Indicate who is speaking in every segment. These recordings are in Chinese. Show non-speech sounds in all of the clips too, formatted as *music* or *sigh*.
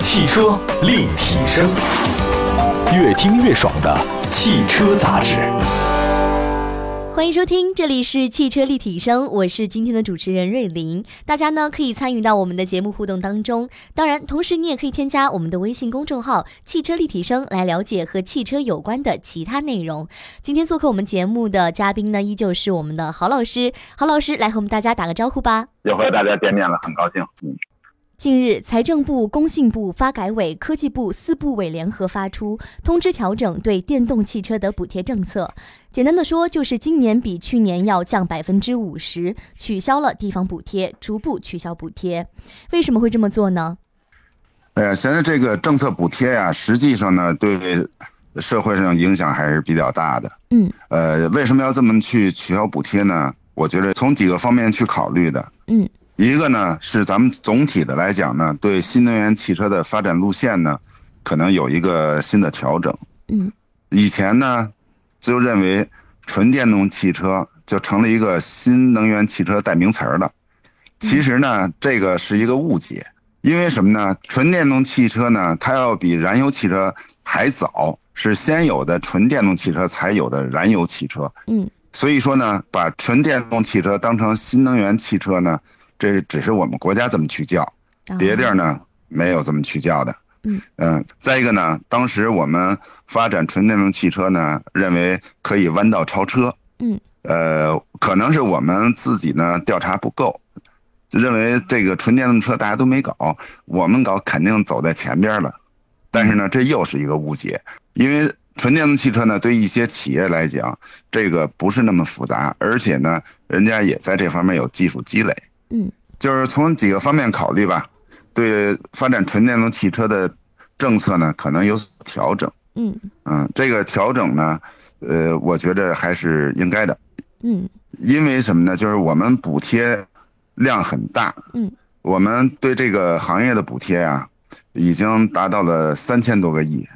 Speaker 1: 汽车立体声，越听越爽的汽车杂志。
Speaker 2: 欢迎收听，这里是汽车立体声，我是今天的主持人瑞琳。大家呢可以参与到我们的节目互动当中，当然，同时你也可以添加我们的微信公众号“汽车立体声”来了解和汽车有关的其他内容。今天做客我们节目的嘉宾呢，依旧是我们的郝老师。郝老师来和我们大家打个招呼吧。
Speaker 3: 又和大家见面了，很高兴。嗯，
Speaker 2: 近日，财政部、工信部、发改委、科技部四部委联合发出通知，调整对电动汽车的补贴政策。简单的说，就是今年比去年要降百分之五十，取消了地方补贴，逐步取消补贴。为什么会这么做呢？
Speaker 3: 哎呀，现在这个政策补贴呀、实际上呢，对社会上影响还是比较大的。
Speaker 2: 嗯
Speaker 3: 呃，为什么要这么去取消补贴呢？我觉得从几个方面去考虑的。
Speaker 2: 嗯，
Speaker 3: 一个呢是咱们总体的来讲呢，对新能源汽车的发展路线呢，可能有一个新的调整。
Speaker 2: 嗯
Speaker 3: 以前呢，就认为纯电动汽车就成了一个新能源汽车代名词儿了。其实呢，这个是一个误解，因为什么呢？纯电动汽车呢，它要比燃油汽车还早，是先有的纯电动汽车才有的燃油汽车。
Speaker 2: 嗯
Speaker 3: 所以说呢，把纯电动汽车当成新能源汽车呢，这只是我们国家这么去叫。
Speaker 2: 啊
Speaker 3: 别地儿呢没有这么去叫的。
Speaker 2: 嗯
Speaker 3: 再一个呢，当时我们发展纯电动汽车呢，认为可以弯道超车。
Speaker 2: 嗯，
Speaker 3: 呃，可能是我们自己呢调查不够，认为这个纯电动车大家都没搞，我们搞肯定走在前边了。但是
Speaker 2: 嗯
Speaker 3: 呢，这又是一个误解，因为纯电动汽车呢，对一些企业来讲，这个不是那么复杂，而且呢，人家也在这方面有技术积累。
Speaker 2: 嗯
Speaker 3: 就是从几个方面考虑吧，对发展纯电动汽车的政策呢，可能有所调整。
Speaker 2: 嗯
Speaker 3: 嗯，这个调整呢，呃，我觉得还是应该的，
Speaker 2: 嗯
Speaker 3: 因为什么呢？就是我们补贴量很大，
Speaker 2: 嗯，
Speaker 3: 我们对这个行业的补贴啊，已经达到了三千多个亿。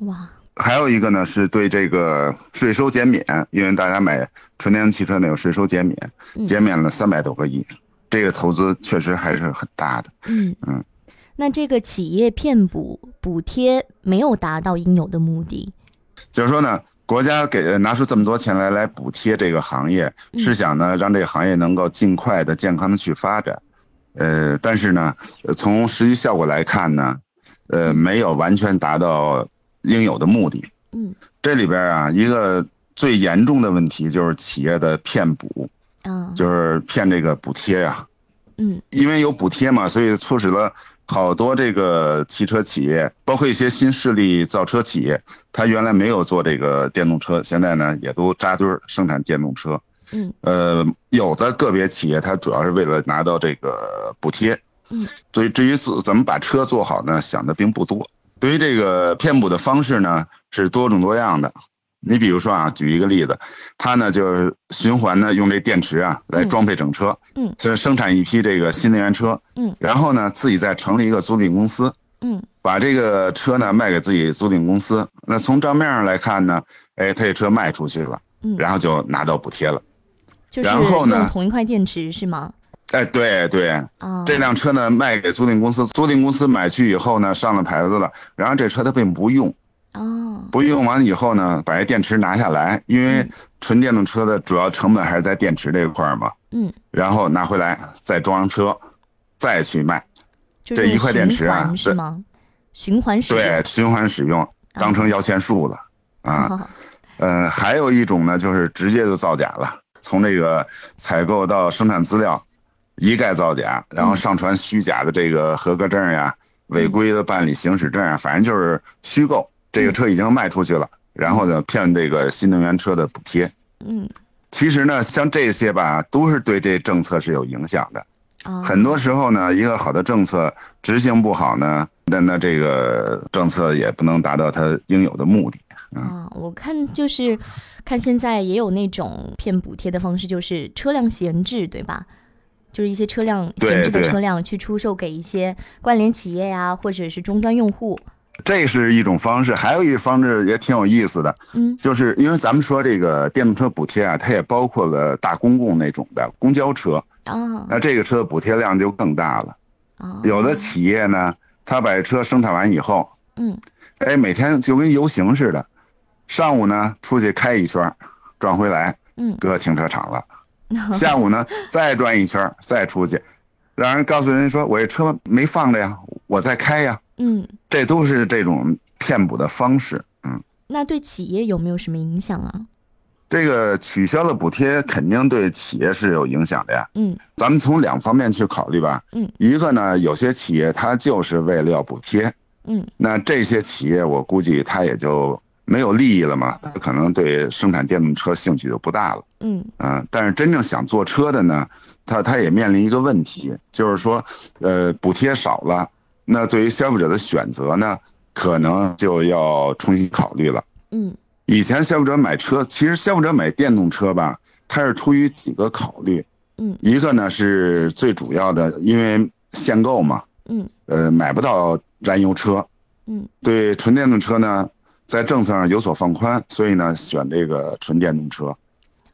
Speaker 2: 哇
Speaker 3: 还有一个呢，是对这个税收减免，因为大家买纯电动汽车呢有税收减免，
Speaker 2: 嗯
Speaker 3: 减免了三百多个亿，这个投资确实还是很大的。
Speaker 2: 嗯
Speaker 3: 嗯。
Speaker 2: 那这个企业骗补补贴没有达到应有的目的。
Speaker 3: 就是说呢，国家给拿出这么多钱来来补贴这个行业，
Speaker 2: 嗯
Speaker 3: 是想呢让这个行业能够尽快的、健康的去发展。呃，但是呢，呃从实际效果来看呢，呃，没有完全达到应有的目的。
Speaker 2: 嗯
Speaker 3: 这里边啊，一个最严重的问题就是企业的骗补，
Speaker 2: 啊
Speaker 3: 就是骗这个补贴呀、
Speaker 2: 嗯
Speaker 3: 因为有补贴嘛，所以促使了好多这个汽车企业，包括一些新势力造车企业，它原来没有做这个电动车，现在呢也都扎堆儿生产电动车。
Speaker 2: 嗯
Speaker 3: 呃，有的个别企业它主要是为了拿到这个补贴，
Speaker 2: 嗯，
Speaker 3: 所以至于怎怎么把车做好呢，想的并不多。对于这个骗补的方式呢，是多种多样的。你比如说啊，举一个例子，它呢就是循环呢用这电池啊来
Speaker 2: 嗯
Speaker 3: 装配整车，
Speaker 2: 嗯，
Speaker 3: 是生产一批这个新能源车，
Speaker 2: 嗯，
Speaker 3: 然后呢自己再成立一个租赁公司，
Speaker 2: 嗯
Speaker 3: 把这个车呢卖给自己租赁公司。那从账面上来看呢，哎，他这车卖出去了，
Speaker 2: 嗯，
Speaker 3: 然后就拿到补贴了。
Speaker 2: 就是
Speaker 3: 然后呢
Speaker 2: 用同一块电池是吗？
Speaker 3: 哎，对对，
Speaker 2: 啊，
Speaker 3: 这辆车呢卖给租赁公司，租赁公司买去以后呢上了牌子了，然后这车它并不用，
Speaker 2: 哦，
Speaker 3: 不用完了以后呢，把这电池拿下来，因为
Speaker 2: 嗯
Speaker 3: 纯电动车的主要成本还是在电池这一块儿嘛，
Speaker 2: 嗯，
Speaker 3: 然后拿回来再装上车，再去卖，
Speaker 2: 就是
Speaker 3: 这一块电池啊
Speaker 2: 循环是
Speaker 3: 对
Speaker 2: 吗？循环使用
Speaker 3: 对，循环使用，当
Speaker 2: *laughs*
Speaker 3: 成摇钱树了啊。
Speaker 2: 啊，
Speaker 3: 呃，还有一种呢，就是直接就造假了，从这个采购到生产资料，一概造假，然后上传虚假的这个合格证呀、违规的办理行驶证啊，反正就是虚构。这个车已经卖出去了，然后呢骗这个新能源车的补贴。
Speaker 2: 嗯
Speaker 3: 其实呢，像这些吧，都是对这政策是有影响的。
Speaker 2: 啊，
Speaker 3: 很多时候呢，一个好的政策执行不好呢，那那这个政策也不能达到它应有的目的。
Speaker 2: 啊，我看就是看现在也有那种骗补贴的方式，就是车辆闲置，对吧？就是一些车辆
Speaker 3: 对
Speaker 2: 闲置的
Speaker 3: 对
Speaker 2: 车辆去出售给一些关联企业呀、或者是终端用户。
Speaker 3: 这是一种方式，还有一方式也挺有意思的，
Speaker 2: 嗯
Speaker 3: 就是因为咱们说这个电动车补贴啊，它也包括了大公共那种的公交车，
Speaker 2: 啊
Speaker 3: 那这个车补贴量就更大了。
Speaker 2: 啊，
Speaker 3: 有的企业呢，他把车生产完以后，
Speaker 2: 嗯，
Speaker 3: 哎，每天就跟游行似的，上午呢出去开一圈，转回来
Speaker 2: 嗯，
Speaker 3: 搁停车场了，下午呢再转一圈再出去，让人告诉人说我这车没放着呀，我在开呀，
Speaker 2: 嗯，
Speaker 3: 这都是这种骗补的方式。嗯，
Speaker 2: 那对企业有没有什么影响啊？
Speaker 3: 这个取消了补贴，肯定对企业是有影响的呀。
Speaker 2: 嗯
Speaker 3: 咱们从两方面去考虑吧。
Speaker 2: 嗯，
Speaker 3: 一个呢，有些企业它就是为了要补贴，
Speaker 2: 嗯
Speaker 3: 那这些企业我估计它也就没有利益了嘛，它可能对生产电动车兴趣就不大了。
Speaker 2: 嗯
Speaker 3: 嗯、但是真正想做车的呢，它它也面临一个问题，就是说，呃，补贴少了，那对于消费者的选择呢，可能就要重新考虑了。
Speaker 2: 嗯
Speaker 3: 以前消费者买车，其实消费者买电动车吧，它是出于几个考虑，
Speaker 2: 嗯
Speaker 3: 一个呢是最主要的，因为限购嘛，
Speaker 2: 嗯
Speaker 3: 呃，买不到燃油车，
Speaker 2: 嗯
Speaker 3: 对纯电动车呢，在政策上有所放宽，所以呢选这个纯电动车。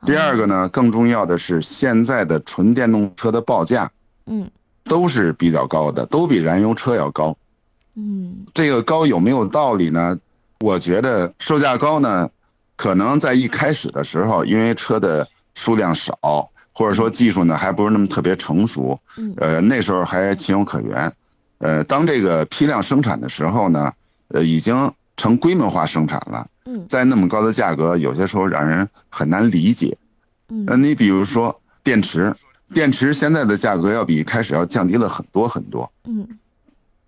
Speaker 3: 第二个呢，更重要的是现在的纯电动车的报价
Speaker 2: 嗯
Speaker 3: 都是比较高的，都比燃油车要高。
Speaker 2: 嗯
Speaker 3: 这个高有没有道理呢？我觉得售价高呢，可能在一开始的时候，因为车的数量少，或者说技术呢还不是那么特别成熟，
Speaker 2: 嗯
Speaker 3: 呃，那时候还情有可原。呃，当这个批量生产的时候呢，呃，已经成规模化生产了，
Speaker 2: 嗯
Speaker 3: 在那么高的价格，有些时候让人很难理解。呃，
Speaker 2: 嗯
Speaker 3: 你比如说电池，电池现在的价格要比开始要降低了很多很多。
Speaker 2: 嗯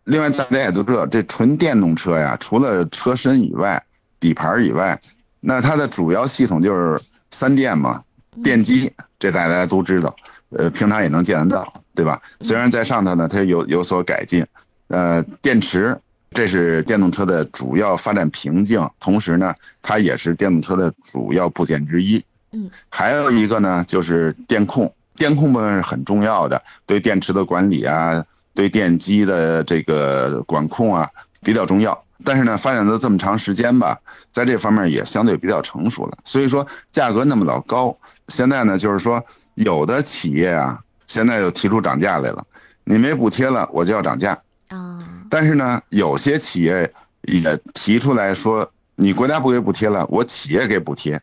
Speaker 3: 另外，大家也都知道，这纯电动车呀，除了车身以外、底盘以外，那它的主要系统就是三电嘛，
Speaker 2: 嗯
Speaker 3: 电机，这大家都知道，呃，平常也能见得到，对吧？虽然在上头呢，它有有所改进，呃，电池，这是电动车的主要发展瓶颈，同时呢，它也是电动车的主要部件之一。
Speaker 2: 嗯，
Speaker 3: 还有一个呢，就是电控，电控部分是很重要的，对电池的管理啊，对电机的这个管控啊比较重要。但是呢，发展了这么长时间吧，在这方面也相对比较成熟了。所以说价格那么老高，现在呢，就是说有的企业啊，现在又提出涨价来了，你没补贴了，我就要涨价。
Speaker 2: 啊
Speaker 3: 但是呢，有些企业也提出来说，你国家不给补贴了，我企业给补贴。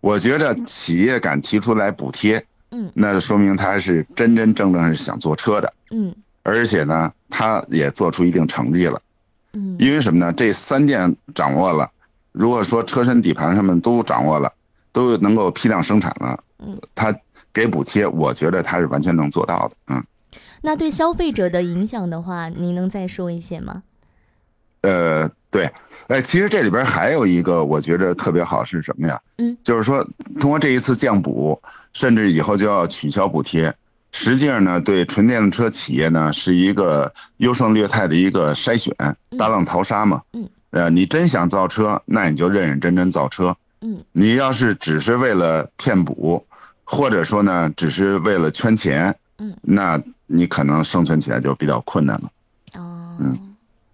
Speaker 3: 我觉着企业敢提出来补贴，
Speaker 2: 嗯
Speaker 3: 那说明他是真真正正是想坐车的，
Speaker 2: 嗯
Speaker 3: 而且呢，他也做出一定成绩了。
Speaker 2: 嗯
Speaker 3: 因为什么呢？这三件掌握了，如果说车身、底盘什么都掌握了，都能够批量生产了
Speaker 2: 嗯，
Speaker 3: 他给补贴，我觉得他是完全能做到的。嗯。
Speaker 2: 那对消费者的影响的话，您能再说一些吗？
Speaker 3: 呃，对，哎，其实这里边还有一个我觉着特别好是什么呀？
Speaker 2: 嗯，
Speaker 3: 就是说通过这一次降补，甚至以后就要取消补贴，实际上呢，对纯电动车企业呢是一个优胜劣汰的一个筛选，大浪淘沙嘛。
Speaker 2: 嗯，
Speaker 3: 呃，你真想造车，那你就认认真真造车。
Speaker 2: 嗯
Speaker 3: 你要是只是为了骗补，或者说呢，只是为了圈钱，
Speaker 2: 嗯，
Speaker 3: 那你可能生存起来就比较困难了。
Speaker 2: 哦，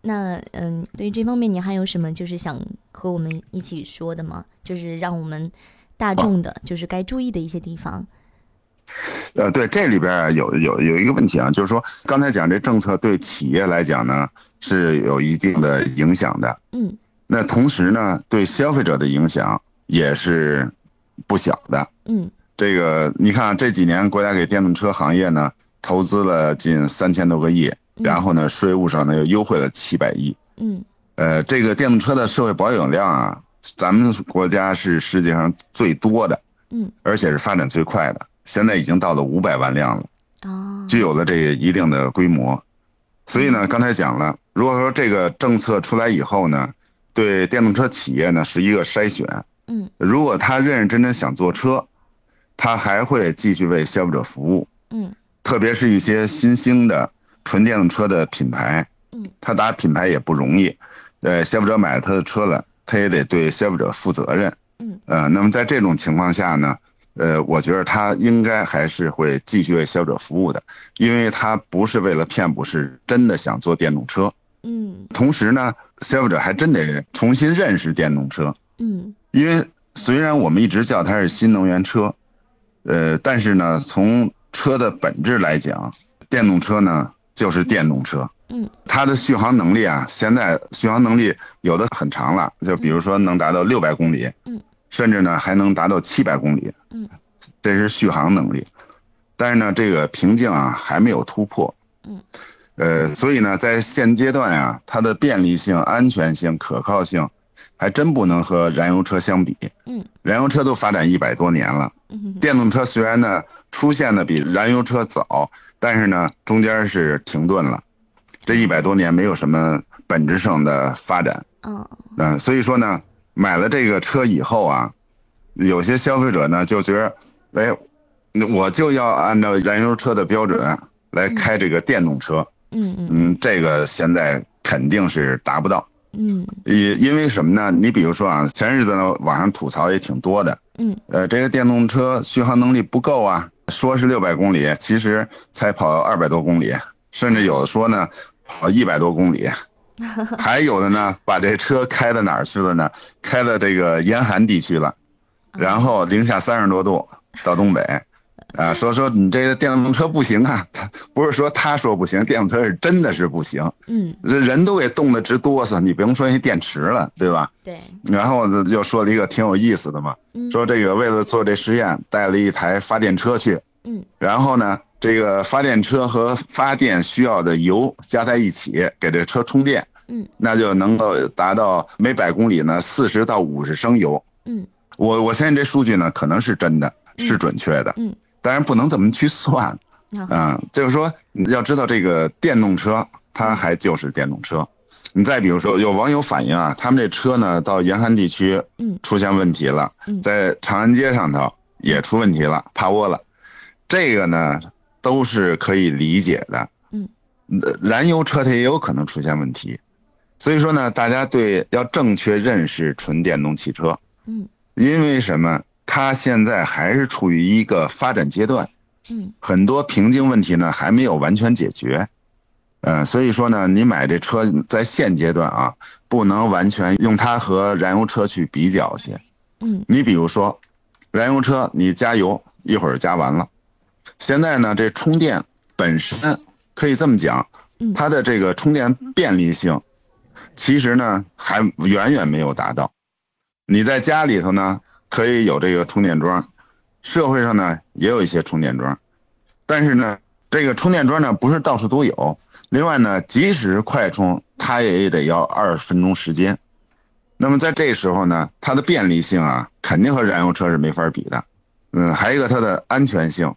Speaker 2: 那嗯，对于这方面，你还有什么就是想和我们一起说的吗？就是让我们
Speaker 3: 啊
Speaker 2: 大众的，就是该注意的一些地方。
Speaker 3: 呃，对，这里边啊有有有一个问题啊，就是说刚才讲这政策对企业来讲呢是有一定的影响的，
Speaker 2: 嗯
Speaker 3: 那同时呢对消费者的影响也是不小的。
Speaker 2: 嗯
Speaker 3: 这个你看啊这几年国家给电动车行业呢投资了近三千多个亿，然后呢税务上呢又优惠了七百亿。
Speaker 2: 嗯
Speaker 3: 呃，这个电动车的社会保有量啊，咱们国家是世界上最多的，
Speaker 2: 嗯
Speaker 3: 而且是发展最快的，现在已经到了五百万辆了。
Speaker 2: 哦，
Speaker 3: 具有了这一定的规模。所以呢，刚才讲了，如果说这个政策出来以后呢，对电动车企业呢是一个筛选。
Speaker 2: 嗯
Speaker 3: 如果他认认真真想做车，他还会继续为消费者服务，
Speaker 2: 嗯
Speaker 3: 特别是一些新兴的纯电动车的品牌，
Speaker 2: 嗯，
Speaker 3: 他打品牌也不容易，呃，消费者买了他的车了，他也得对消费者负责任，
Speaker 2: 嗯，
Speaker 3: 呃，那么在这种情况下呢，呃，我觉得他应该还是会继续为消费者服务的，因为他不是为了骗补，是真的想做电动车。
Speaker 2: 嗯
Speaker 3: 同时呢，消费者还真得重新认识电动车，
Speaker 2: 嗯
Speaker 3: 因为虽然我们一直叫它是新能源车，呃，但是呢，从车的本质来讲，电动车呢就是电动车，
Speaker 2: 嗯，
Speaker 3: 它的续航能力啊，现在续航能力有的很长了，就比如说能达到六百公里，
Speaker 2: 嗯，
Speaker 3: 甚至呢还能达到七百公里，
Speaker 2: 嗯，
Speaker 3: 这是续航能力。但是呢，这个瓶颈啊还没有突破，
Speaker 2: 嗯，
Speaker 3: 呃，所以呢，在现阶段啊，它的便利性、安全性、可靠性，还真不能和燃油车相比。
Speaker 2: 嗯，
Speaker 3: 燃油车都发展一百多年了，
Speaker 2: 嗯
Speaker 3: 电动车虽然呢出现的比燃油车早，但是呢中间是停顿了，这一百多年没有什么本质上的发展。
Speaker 2: 嗯
Speaker 3: 嗯、所以说呢，买了这个车以后啊，有些消费者呢就觉得，哎，我就要按照燃油车的标准来开这个电动车。
Speaker 2: 嗯嗯
Speaker 3: 嗯，这个现在肯定是达不到。
Speaker 2: 嗯
Speaker 3: 因因为什么呢？你比如说啊，前日子呢，网上吐槽也挺多的。
Speaker 2: 嗯，
Speaker 3: 呃，这个电动车续航能力不够啊，说是六百公里，其实才跑二百多公里，甚至有的说呢，跑一百多公里，还有的呢，把这车开到哪儿去了呢？开到这个严寒地区了，然后零下三十多度到东北，啊，说说你这个电动车不行啊，他不是说他说不行，电动车是真的是不行。
Speaker 2: 嗯，
Speaker 3: 这人都给冻得直哆嗦，你甭说那电池了，对吧？
Speaker 2: 对，
Speaker 3: 然后呢就说了一个挺有意思的嘛，
Speaker 2: 嗯
Speaker 3: 说这个为了做这实验，带了一台发电车去，
Speaker 2: 嗯
Speaker 3: 然后呢，这个发电车和发电需要的油加在一起，给这车充电，
Speaker 2: 嗯，
Speaker 3: 那就能够达到每百公里呢四十到五十升油。
Speaker 2: 嗯
Speaker 3: 我我相信这数据呢可能是真的，是准确的，
Speaker 2: 嗯，啊
Speaker 3: 当然不能这么去算，
Speaker 2: 然后
Speaker 3: 嗯，就是说你要知道这个电动车，它还就是电动车。你再比如说，有网友反映啊，他们这车呢到延安地区，
Speaker 2: 嗯
Speaker 3: 出现问题了，
Speaker 2: 嗯
Speaker 3: 在长安街上头也出问题了，趴窝了。这个呢都是可以理解的，
Speaker 2: 嗯
Speaker 3: 呃，燃油车它也有可能出现问题，所以说呢，大家对要正确认识纯电动汽车，
Speaker 2: 嗯
Speaker 3: 因为什么？它现在还是处于一个发展阶段，
Speaker 2: 嗯
Speaker 3: 很多瓶颈问题呢还没有完全解决，呃，所以说呢，你买这车在现阶段啊，不能完全用它和燃油车去比较去。
Speaker 2: 嗯
Speaker 3: 你比如说，燃油车你加油一会儿加完了，现在呢这充电本身可以这么讲
Speaker 2: 嗯，
Speaker 3: 它的这个充电便利性，其实呢还远远没有达到。你在家里头呢可以有这个充电桩，社会上呢也有一些充电桩，但是呢这个充电桩呢不是到处都有。另外呢，即使快充，它也得要二十分钟时间。那么在这时候呢，它的便利性啊，肯定和燃油车是没法比的。嗯，还有一个它的安全性，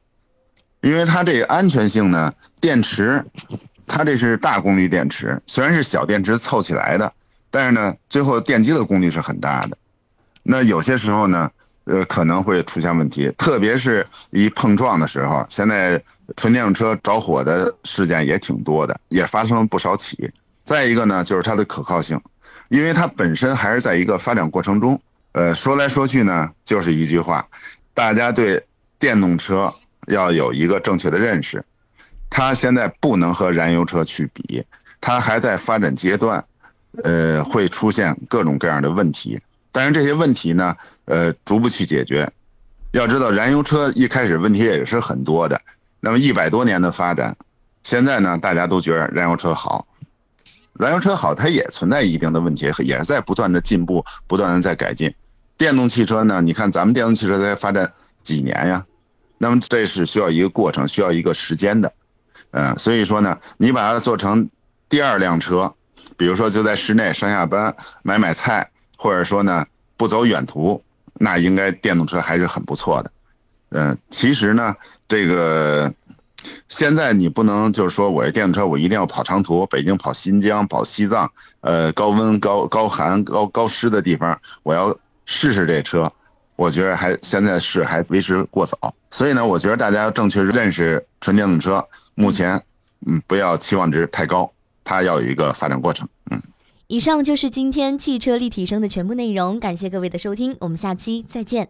Speaker 3: 因为它这个安全性呢，电池，它这是大功率电池，虽然是小电池凑起来的，但是呢，最后电机的功率是很大的。那有些时候呢，呃，可能会出现问题，特别是一碰撞的时候，现在纯电动车着火的事件也挺多的，也发生了不少起。再一个呢，就是它的可靠性。因为它本身还是在一个发展过程中。呃，说来说去呢，就是一句话，大家对电动车要有一个正确的认识，它现在不能和燃油车去比，它还在发展阶段，呃，会出现各种各样的问题。但是这些问题呢，呃，逐步去解决。要知道，燃油车一开始问题也是很多的，那么一百多年的发展，现在呢，大家都觉得燃油车好，燃油车好，它也存在一定的问题，也是在不断的进步，不断的在改进。电动汽车呢，你看咱们电动汽车才发展几年呀，那么这是需要一个过程，需要一个时间的，嗯，所以说呢，你把它做成第二辆车，比如说就在室内上下班买买菜，或者说呢不走远途，那应该电动车还是很不错的。嗯，其实呢，这个现在你不能就是说我这电动车我一定要跑长途，北京跑新疆、跑西藏，呃，高温、高高寒、高高湿的地方，我要试试这车。我觉得还现在是还为时过早，所以呢，我觉得大家要正确认识纯电动车，目前，嗯，不要期望值太高，它要有一个发展过程。嗯，
Speaker 2: 以上就是今天汽车立体声的全部内容，感谢各位的收听，我们下期再见。